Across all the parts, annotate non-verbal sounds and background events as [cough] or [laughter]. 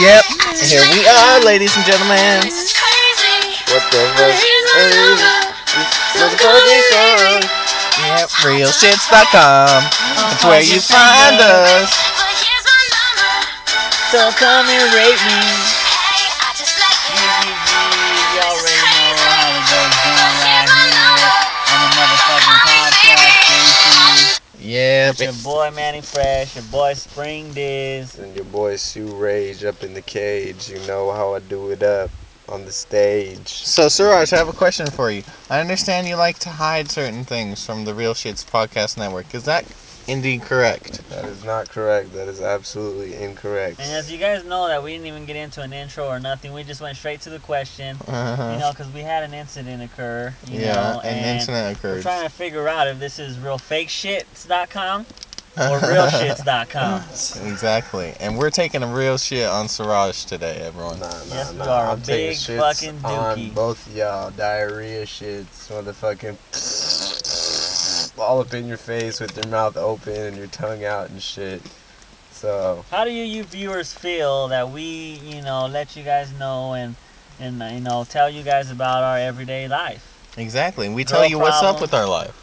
Yep. Here we are, ladies and gentlemen. What the fuck? Yep. Realshits.com. Oh, That's where you find us. So come and rate me. Y'all already know how it goes down right here on the motherfucking podcast. JC. Yep. It's your boy Manny Fresh, your boy Spring Diz. And your boy Sue Rage up in the cage. You know how I do it up on the stage. So, Suraj, I have a question for you. I understand you like to hide certain things from the Real Shits Podcast Network. Is that indeed correct? That is not correct. That is absolutely incorrect. And as you guys know, that we didn't even get into an intro or nothing. We just went straight to the question, you Uh-huh. know, because we had an incident occur. You Yeah, know, an and incident We're occurred. trying to figure out if this is realfakeshits.com [laughs] or realshits.com. Exactly. And we're taking a real shit on Suraj today, everyone. Nah, nah, Yes, we nah. are. I'm taking Big shits fucking on dookie. both of y'all. Diarrhea shits, motherfucking all up in your face with your mouth open and your tongue out and shit. So How do you, you viewers feel that we, you know, let you guys know and, and you know, tell you guys about our everyday life? Exactly. We Girl tell you what's up problems. with our life.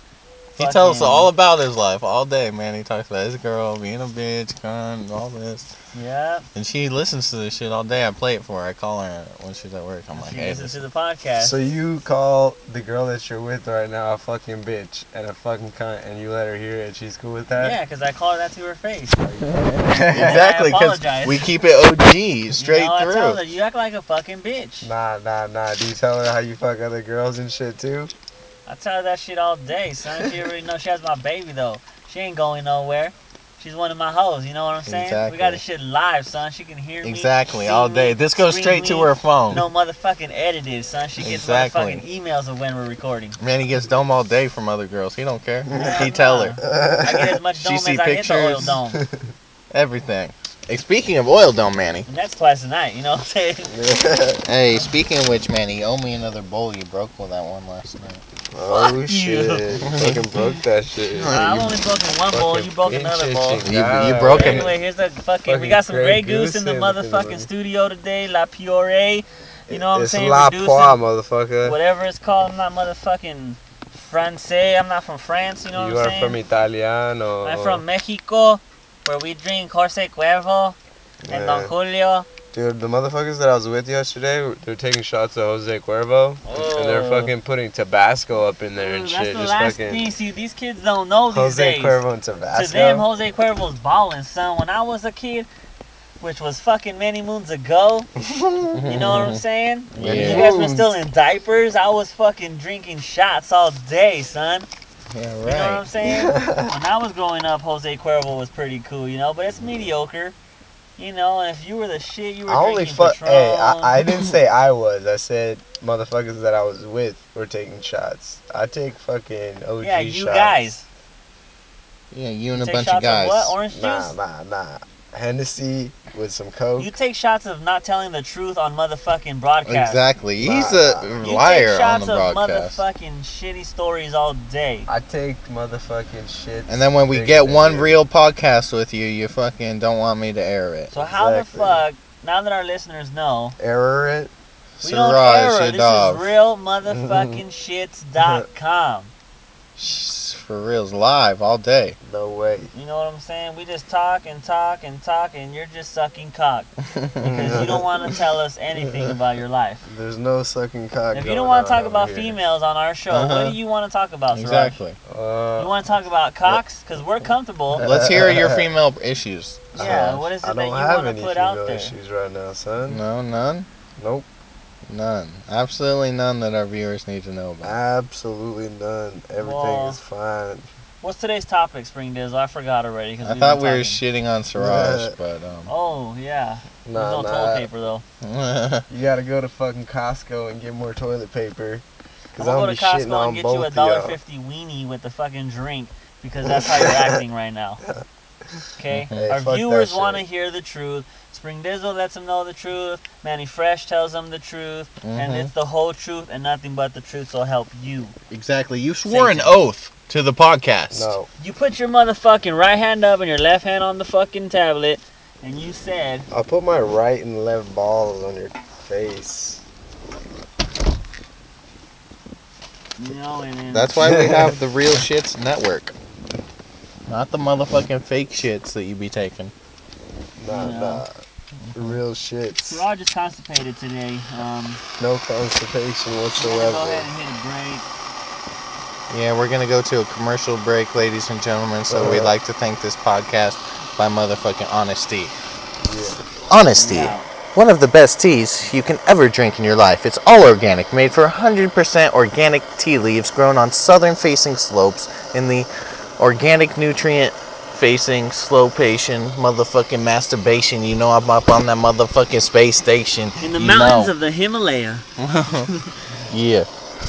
He tells us Fucking- all about his life all day, man. He talks about his girl being a bitch, cunt, all this. Yeah. And she listens to this shit all day. I play it for her. I call her when she's at work. I'm like, If you hey, listen this to the podcast. So you call the girl that you're with right now a fucking bitch and a fucking cunt, and you let her hear it, and she's cool with Yeah, that. because I called that to her face. exactly I because apologize. we keep it OG straight you know, I tell her, through. you act like a fucking bitch. Nah, nah, nah. Do you tell her how you fuck other girls and shit [laughs] too? I tell her that shit all day, son. She already know she has my baby though. She ain't going nowhere. She's one of my hoes. You know what I'm saying? We Exactly. got this shit live, son. She can hear me. Exactly, see all me, day. This goes scream straight to me. her phone. No motherfucking edited, son. She gets Exactly. motherfucking emails of when we're recording. Man, he gets dome all day from other girls. He don't care. Hell he tell nah. her Oh, [laughs] I get as much She dome see as I get the oil pictures. dome, everything. Hey, speaking of oil dome, Manny. and that's twice a night. You know what I'm saying? Hey, speaking of which, Manny, you owe me another bowl. You broke with that one last night. oh you. shit! You fucking broke that shit. I've only broken one bowl. You broke another bowl. You- you broke Okay. Anyway, here's the fucking. We Fucking got some Grey Grey Goose in the Goose in the motherfucking room. studio today. La Piore. You know what I'm it's saying? La Reducing Poix, motherfucker. whatever it's called. I'm not motherfucking Francais. I'm not from France. You know you what are I'm saying? from Italiano. I'm from Mexico, where we drink Jose Cuervo and Don Yeah. Julio. Dude, the motherfuckers that I was with yesterday, they're taking shots of Jose Cuervo, and they're Oh. fucking putting Tabasco up in there and Ooh, shit. that's the just last fucking thing. See, these kids don't know these Jose days. Cuervo and to Tabasco. them, Jose Cuervo's balling, son. When I was a kid, which was fucking many moons ago, you know [laughs] what I'm saying? When Yeah. you guys were still in diapers, I was fucking drinking shots all day, son. Yeah, You know what I'm [laughs] saying? when I was growing up, Jose Cuervo was pretty cool, you know, but it's mediocre. You know, and if you were the shit, you were I only drinking fuck. Patron. Hey, I, I [laughs] didn't say I was. I said motherfuckers that I was with were taking shots. I take fucking OG yeah, you shots. guys. Yeah, you and You a take bunch shots of guys. of what? Orange juice? Nah, nah, nah. Hennessy with some coke. You take shots of not telling the truth on motherfucking broadcast. exactly. He's Nah. a You liar take shots on the of broadcast. motherfucking shitty stories all day. I take motherfucking shit. And then when we get one real podcast with you, you fucking don't want me to air it. So how the Exactly. fuck? Now that our listeners know, error it. we don't Suraj, error. your This dog. is [laughs] realmotherfuckingshits.com. Shh, For reals, live all [laughs] day. No way. You know what I'm saying? We just talk and talk and talk, and you're just sucking cock because you [laughs] don't want to tell [laughs] us anything about your life. There's no sucking cock. If you going don't want on to talk over about here. females on our show, Uh-huh. what do you want to talk about, Suraj? Exactly. You Uh, want to talk about cocks? Because we're [laughs] comfortable. Let's hear [laughs] your female issues. Yeah, Suraj. what is I it that don't you have want any to put out female there? issues right now, son. Uh, No, none? Nope. None. Absolutely none that our viewers need to know about. Absolutely none. Everything Well, is fine. What's today's topic, Spring Dizzle? I forgot already. Cause I we've thought we been were talking. shitting on Siraj, Yeah. but um. [laughs] Oh yeah, there's Nah, no toilet nah. paper though. You gotta go to fucking Costco and get more toilet paper. I'm Cause gonna go I'm gonna to be shitting Costco on and get you a both dollar of y'all. fifty weenie with the fucking drink because that's [laughs] how you're acting right now. Okay, Hey, our fuck that viewers shit. want to hear the truth. Spring Dizzle lets them know the truth. Manny Fresh tells them the truth, and Mm-hmm. Mhm. it's the whole truth and nothing but the truth. So help you. exactly. You swore swore an an oath to the podcast. No. You put your motherfucking right hand up and your left hand on the fucking tablet, and you said, I'll put my right and left balls on your face. you know, and then That's why we have [laughs] the real shits network. Not the motherfucking fake shits that you be taking. Nah, Yeah. nah. Real shits. we're all just constipated today. Um, No constipation we're gonna go whatsoever. ahead and hit a break. Yeah, we're gonna go to a commercial break, ladies and gentlemen. So we'd Uh-huh. like to thank this podcast by motherfucking honesty. Yeah. Honesty. Yeah. One of the best teas you can ever drink in your life. It's all organic, made for 100% organic tea leaves grown on southern facing slopes in the organic nutrient facing slow patient motherfucking masturbation. You know I'm up on that motherfucking space station. In the you mountains know. of the Himalaya. Yeah,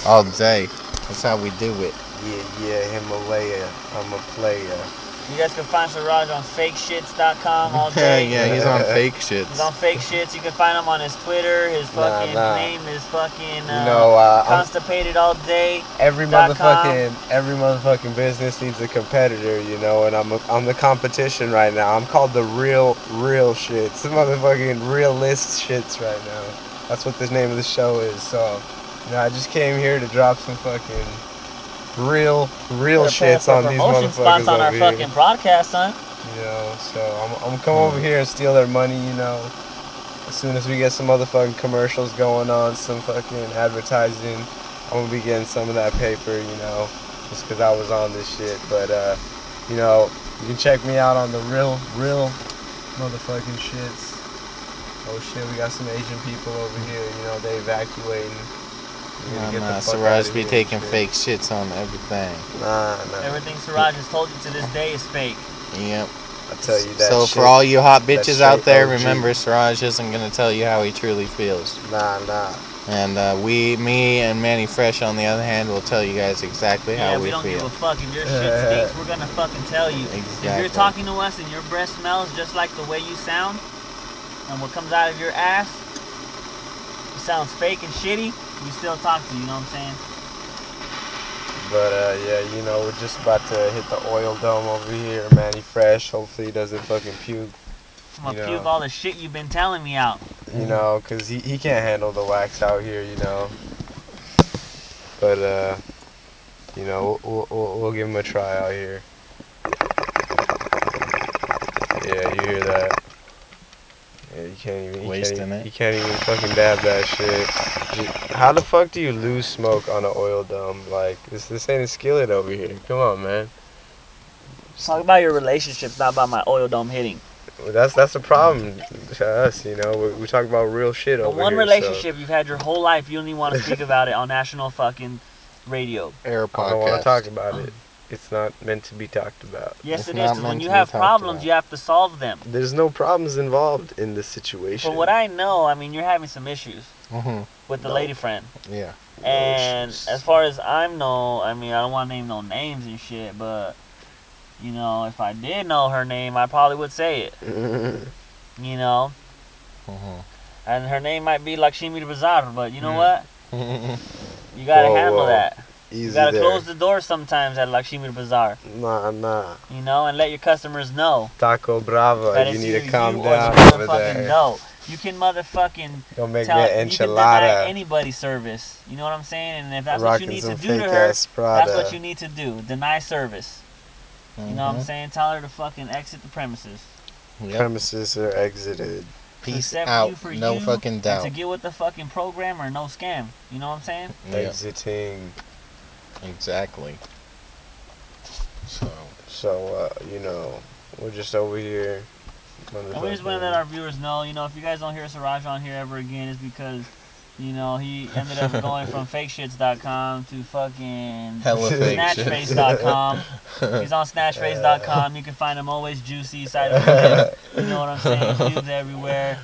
all day. That's how we do it. Yeah, yeah, Himalaya. I'm a player. You guys can find Siraj on fakeshits.com [laughs] all Yeah, day. [laughs] yeah, he's on fake shit. He's on fake shits. You can find him on his Twitter. His Nah, fucking nah. name is fucking uh, You know, uh, I'm constipated all day. every dot com. motherfucking every motherfucking business needs a competitor, you know, and I'm a, I'm the competition right now. I'm called the real real shits, the motherfucking realist shits right now. That's what the name of the show is. So, you know, I just came here to drop some fucking real real We're paying shits for on these promotion motherfuckers spots on our over here. fucking broadcast, son. You know, so I'm I'm come over here and steal their money, you know. As soon as we get some motherfucking commercials going on, some fucking advertising, I'm gonna be getting some of that paper, you know, just 'cause I was on this shit. But uh, you know, you can check me out on the real, real motherfucking shits. Oh shit, we got some Asian people over here, you know, they evacuating. We gotta Nah, get the nah, fuck Siraj outta be here and taking shit. fake shits on everything. Nah, nah. Everything Siraj has told you to this day is fake. Yep. I tell you that. so shit. for all you hot that bitches out straight there, OG. remember Siraj isn't gonna tell you how he truly feels, Nah, nah. and uh, we, me, and Manny Fresh on the other hand, will tell you guys exactly Yeah, how we we, don't give a feel. fuck if your shit stinks. We're gonna fucking tell you. If Exactly. you're talking to us and your breath smells just like the way you sound, and what comes out of your ass it sounds fake and shitty, we still talk to you. You know what I'm saying? But uh, yeah, you know, we're just about to hit the oil dome over here, Manny Fresh. Hopefully, he doesn't fucking puke, I'm gonna You puke know. all the shit you've been telling me out. Mm-hmm. you know, because he, he can't handle the wax out here, you know. But, uh, you know, we'll, we'll, we'll give him a try out here. Yeah, you hear that? Yeah, you can't even. You Wasting can't, e- it. You can't even fucking dab that shit. Ju- How the fuck do you lose smoke on an oil dome? Like, this, this ain't a skillet over here. Come on, man. Talk about your relationships, not about my oil dome hitting. Well, that's that's the problem to us, you know. We, we talk about real shit The over one here, relationship you've had your whole life, you don't even want to speak about it on national fucking radio. Air So I podcast. don't want to talk about it. It's not meant to be talked about. Yes, It's it not is. 'cause meant when to you be have talked problems, about. you have to solve them. There's no problems involved in this situation. From what I know, I mean, you're having some issues Mm-hmm. with the No. lady friend. Yeah. And Issues. as far as I'm know, I mean, I don't want to name no names and shit, but you know, if I did know her name, I probably would say it. You know, Mm-hmm. and her name might be Lakshmi Bazaar, but you know Mm. what? You gotta Whoa, handle whoa. that. [laughs] Easy You gotta there. close the door sometimes at Lakshmi Bazaar. Nah, nah. You know, and let your customers know Taco Brava. that You it's need either to calm you down or the over motherfucking there. no. You can motherfucking Don't make tell me you an can deny enchilada. anybody service. You know what I'm saying? And if that's what you Rocking need to some do to fake her, ass Prada. That's what you need to do. Deny service. You Mm-hmm. know what I'm saying? Tell her to fucking exit the premises. Yep. Premises are exited. Peace Accept you out. for No you fucking And to doubt. get with the fucking program or no scam. You know what I'm saying? Yeah, Exiting. [laughs] exactly. So So, uh, you know, we're just over here. And we just want to let our viewers know, you know, if you guys don't hear Siraj on here ever again, it's because, you know, he ended up going from fakeshits.com to fucking hella fake shit. [laughs] snatchface.com. He's on snatchface.com. You can find him always juicy, side of the You know what I'm saying? Cubes everywhere.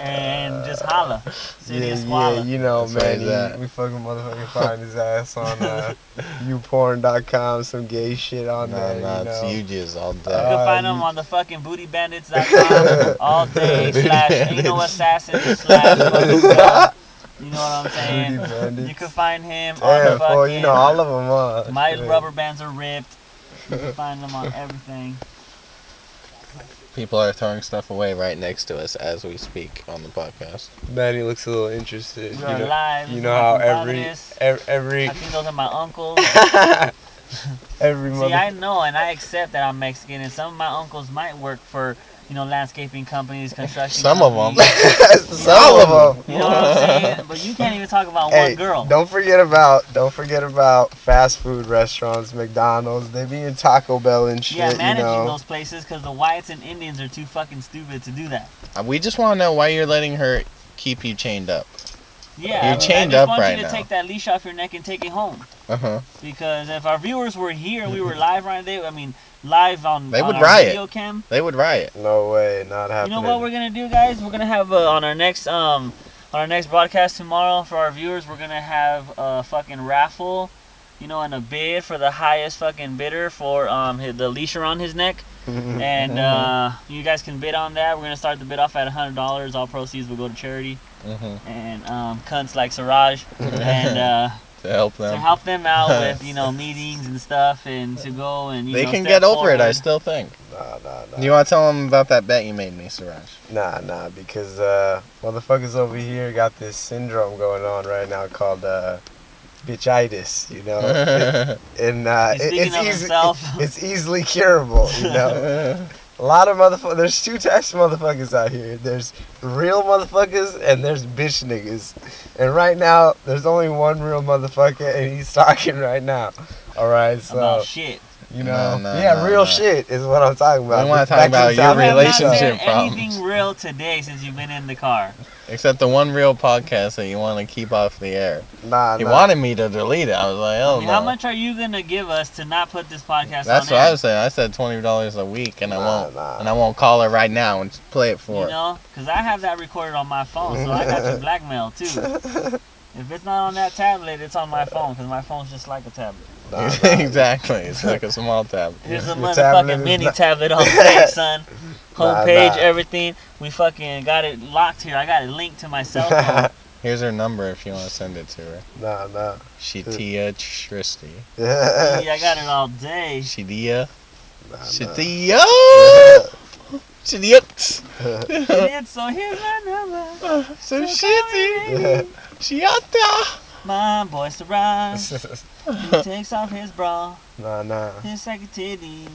And just holla. City yeah, of Swalla. yeah, you know, That's where man. he's he- at. we fucking motherfucking find his ass on [laughs] uh, youporn.com, some gay shit on No, there. no, you it's know. you just all day. You can Uh, find them you- on the fucking [laughs] bootybandits.com all day Booty slash anal Bandits. assassin slash [laughs] fucking dog. You know what I'm saying? Booty bandits. You can find him on yeah, the fucking. boy, you know all of them. Huh? my Shit. rubber bands are ripped. You can find them on everything. People are throwing stuff away right next to us as we speak on the podcast. Manny looks a little interested. We You are know, live. you This know is how my every compadres. ev- every I think those are my [laughs] uncles. every See, I mother. know and I accept that I'm Mexican, and some of my uncles might work for, you know, landscaping companies, construction. Some of 'em. companies. [laughs] Some of them. You know what I'm [laughs] saying? But you can't even talk about Hey, one girl. don't forget about don't forget about fast food restaurants, McDonald's. They be in Taco Bell and shit. yeah, managing you know. those places because the whites and Indians are too fucking stupid to do that. Uh, We just want to know why you're letting her keep you chained up. Yeah, You're I- chained I just up want right you to now. take that leash off your neck and take it home. Uh huh. Because if our viewers were here and we [laughs] were live right now, I mean, live on, They on would our riot. video cam, They would riot. No way, not You happening. know what we're gonna do, guys? We're gonna have uh, on our next um on our next broadcast tomorrow for our viewers. We're gonna have a fucking raffle, you know, and a bid for the highest fucking bidder for um hi- the leash around his [laughs] neck, and uh, you guys can bid on that. We're gonna start the bid off at hundred dollars. All proceeds will go to charity Mm-hmm. and um, cunts like Siraj and [laughs] uh, To help to them. help them out with you know meetings and stuff and to go and you They know, can step get over it. I forward. still think. Nah, nah, nah. Do you want to tell them about that bet you made me, Siraj? Nah, nah, because uh, motherfuckers over here got this syndrome going on right now called uh, bitchitis, you know? [laughs] and uh, He's it- speaking it's, of easy, himself. it's easily curable, [laughs] you know? A lot of motherfuckers, there's two types of motherfuckers out here there's real motherfuckers and there's bitch niggas. And right now, there's only one real motherfucker, and he's talking right now. All right, so about shit. you know, No, no, yeah, no, real no. shit is what I'm talking about. wanna talk Back to about the your topic. You have not said relationship problems. Anything real today since you've been in the car? [laughs] Except the one real podcast that you want to keep off the air. Nah, He nah. wanted me to delete it. I was like, oh I mean, no. How much are you gonna give us to not put this podcast That's on? what air? I was saying. I said twenty dollars a week, and I Nah, won't, nah. and I won't call her right now and play it for You know, because I have that recorded on my phone, so I got [laughs] your blackmail too. If it's not on that tablet, it's on my phone because my phone's just like a tablet. [laughs] her. Nah, nah. exactly. It's like a small tab. Here's a Your motherfucking tablet is mini not- [laughs] tablet on stage, son. Nah, Homepage, nah. everything. We fucking got it locked here. I got it linked to my cell [laughs] phone. Here's her number if you want to send it to her. Nah, nah. Shitia Shristi. [laughs] Yeah, I got it all day. Shitia. Nah, nah. [laughs] Shitia. Shitia. Shit, so here's my number. So shitty. Shiata. My boy Siraj. [laughs] He takes off his bra. nah, nah. His second titties.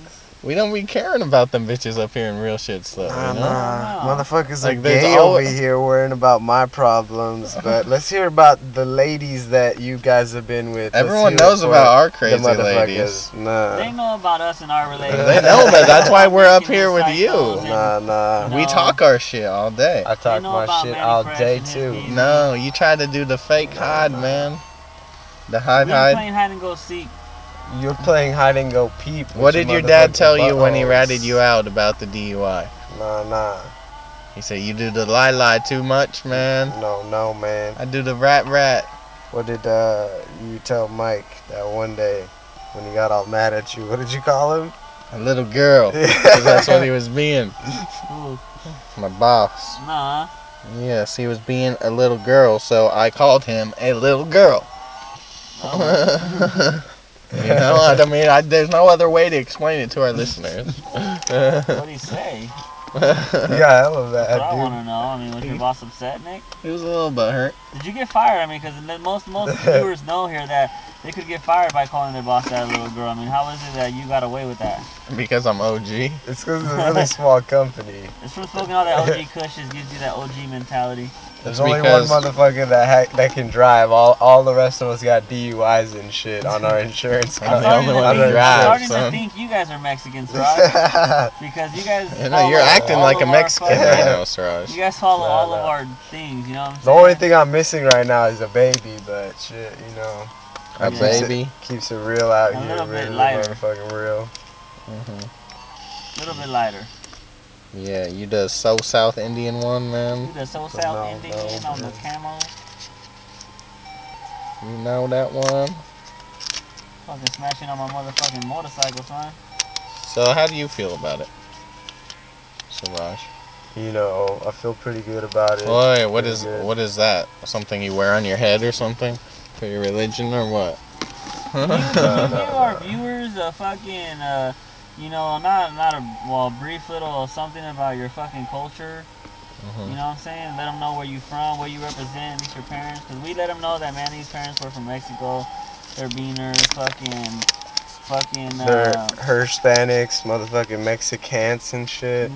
We don't be caring about them bitches up here in real shit stuff, Nah, you know? nah. Motherfuckers Like, are there's gay always- over here worrying about my problems, [laughs] but let's hear about the ladies that you guys have been with. Let's Everyone hear knows for about our the crazy motherfuckers. ladies. They Nah, know about us and our relationship. Uh. They know, but that's why we're up here with you. nah, nah. No. We talk our shit all day. I talk know my about shit Manny all Fresh day and his too. beef. No, you try to do the fake hide, man. The We hide were hide. playing hide and go seek. You're playing hide and go peep. with What did your motherfucking dad tell you when he buttholes. ratted you out about the DUI? Nah, nah. He said you do the lie lie too much, man. No, no, man. I do the rat rat. What did uh, you tell Mike that one day when he got all mad at you? [laughs] What did you call him? A little [laughs] girl, 'cause that's what he was [laughs] being. Ooh, My boss. nah. Yes, he was being a little girl, so I called him a little girl. Oh. [laughs] you know, I don't mean, I, there's no other way to explain it to our [laughs] listeners. What'd [laughs] he say? You got hella That's what I mad, want to know. I mean, was your boss upset, Nick? He was a little butthurt. Did you get fired? I mean, because [laughs] most most viewers know here that they could get fired by calling their boss that little girl. I mean, how is it that you got away with that? Because I'm OG. dude. It's because it's a really small company. It's from smoking all [laughs] that OG Kush. It gives you that OG mentality. It's There's only one because- motherfucker that ha- that can drive. All all the rest of us got DUIs and shit on our insurance. I'm the company. only one On who our drives, starting son. to think you guys are Mexicans, right? [laughs] because you guys. You know, follow you're acting all like a of our Mexican fucking- right now, Siraj. You guys follow Nah, all of nah. our things, you know what I'm [laughs] The saying? only thing I'm missing right now is a baby, but shit, you know, A Yeah. baby. keeps it real out A here. little bit really lighter. motherfucking real. A little bit lighter. Yeah, you the so South Indian one, You man. the so No, south ending no, in on the no. camo. You know that one. Fucking smashing on my motherfucking motorcycle, son. [laughs] So how do you feel about it, Siraj? You know, I feel pretty good about it. Boy, what Pretty is good. what is that? Something you wear on your head or something for [laughs] your religion or what? [laughs] Can you, can you give our viewers a fucking uh, you know, not not a well, brief little something about your fucking culture. Mm-hmm. Mhm. You know what I'm saying? Let them know where you from, where you represent, at least your parents. Cause we let them know that man, these parents were from Mexico. They're beaners, fucking, fucking, Her, uh, her Hispanics, motherfucking Mexicans and shit.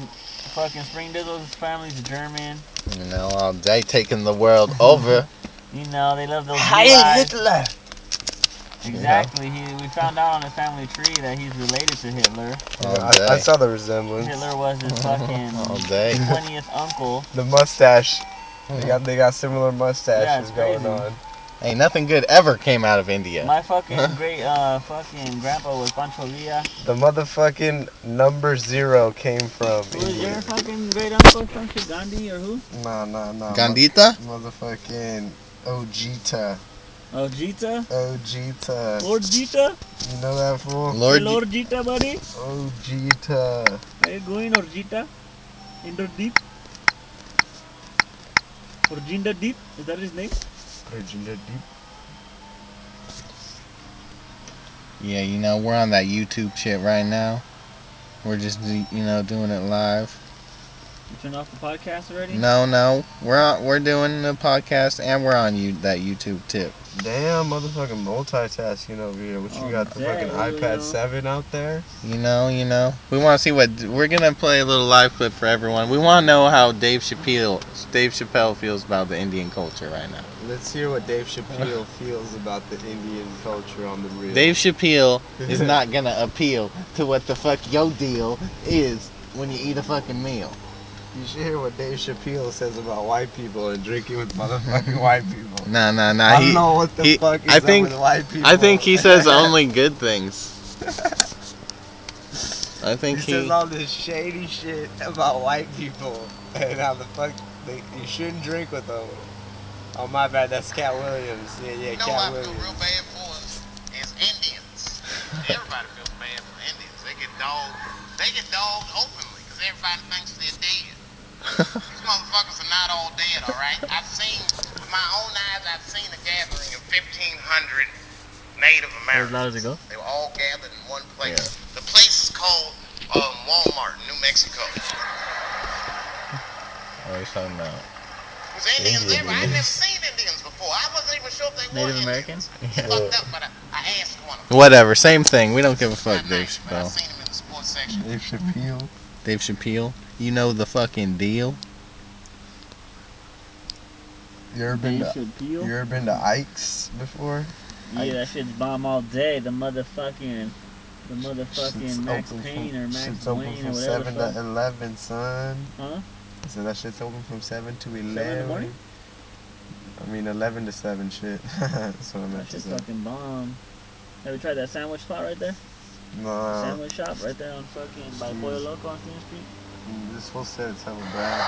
fucking Spring Dizzle's family's German. You know, uh, they taking the world over. You know, they love those Levi's. Hitler. Exactly. He, we found out on his family tree that he's related to Hitler. All Oh, I, I day. saw the resemblance. Hitler was [laughs] his All fucking day. [laughs] twentieth [laughs] uncle. The mustache. They got they got similar mustaches it's going crazy. on. Ain't nothing good ever came out of India. My fucking great uh fucking grandpa was Pancho Villa. The motherfucking number zero came from Who is your India. fucking great uncle Pancho Gandhi or who? Nah, nah, nah. Gandita? mo- Motherfucking Ojita. Oh Jita? Ojita. Lord Jita? You know that fool? Hey, Lord, Lord Jita buddy? Ojita. Are you going or Jita? Indrajit? Or Jinda Deep? Is that his name? Ojita deep. yeah, you know, we're on that YouTube shit right now. We're just, you know, doing it live. You turn off the podcast already? No, no, we're on, we're doing the podcast and we're on you that YouTube tip. Damn, motherfucking multitasking over here. What you Oh, got? The damn, fucking iPad yo. 7 out there? You know, you know, we want to see what we're gonna play a little live clip for everyone. We want to know how Dave Chappelle Dave Chappelle feels about the Indian culture right now. Let's hear what Dave [laughs] Chappelle feels about the Indian culture on the real. Dave Chappelle [laughs] is not gonna appeal to what the fuck your deal is when you eat a fucking meal. You should hear what Dave Chappelle says about white people and drinking with motherfucking white people. Nah, nah, nah. I don't he- know what the he- fuck is I up think- with white people. I think he says only good [laughs] things. I [laughs] he think he. says all this shady shit about white people and how the fuck they, you shouldn't drink with them. Oh my bad, that's Cat Williams. Yeah, yeah, You know Cat who I feel Williams. real bad for is, is [laughs] Indians. Everybody feels bad for Indians. They get dogged. They get dogged openly because everybody thinks they're dead. These motherfuckers are not all dead, all right? I've seen, with my own eyes, I've seen a gathering of 1,500 Native As Americans. loud as it goes. They were all gathered in one place. The place is called um, Walmart in New Mexico. Oh, he's talking about. It was Indians Indian there. I'd never Indians. seen Indians before. I wasn't even sure if they were Native Indians. Americans? It's fucked up, but I, I asked one of them. Whatever, same thing. We don't give a fuck, Not Dave nice, but I Chappelle. seen him in the sports section. Dave Chappelle. Dave Chappelle, you know the fucking deal. You ever been Dave to, you Chappelle? ever been to Ike's before? Yeah, that shit's bomb all day. The motherfucking, the Shit's motherfucking Max open Payne from, or Max shit's open Wayne from or whatever. the 7 to fuck. 11, son. Huh? I said that shit's open from 7 to 11. Seven in the morning? I mean, 11 to 7 shit. [laughs] That's what I That meant to shit's say. fucking bomb. Have you tried that sandwich spot right there? Nah, sandwich shop right there on fucking by Uh-huh. Jeez. Pollo Loco on Steen Street. this fool said it's hella bad.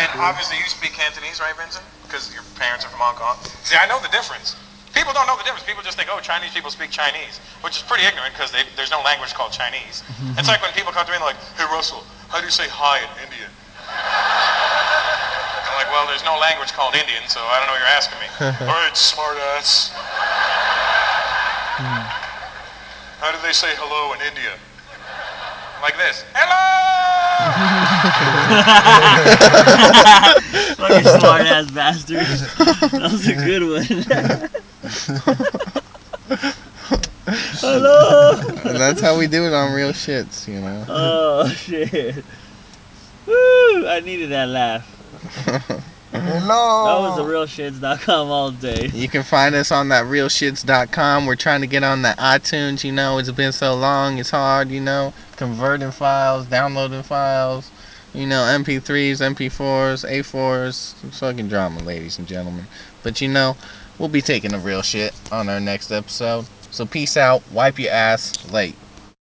And obviously, you speak Cantonese, right, Vincent? Because your parents are from Hong Kong. See, I know the difference. People don't know the difference. People just think, oh, Chinese people speak Chinese, which is pretty ignorant because there's no language called Chinese. it's like when people come to me and they're like, hey, Russell, how do you say hi in Indian? I'm like, well, there's no language called Indian, so I don't know what you're asking me. All right, smartass. How do they say hello in India? Like this. Hello! Fucking [laughs] smart ass bastard. That was a good one. [laughs] Hello. And that's how we do it on real shits, you know. [laughs] Oh shit. Woo! I needed that laugh. That Hello! was the realshits.com all day. You can find us on that realshits.com. We're trying to get on that iTunes, you know. It's been so long, it's hard, you know. Converting files, downloading files, you know, MP3s, MP4s, A4s. It's fucking drama, ladies and gentlemen. But you know, we'll be taking the real shit on our next episode. So peace out, wipe your ass late.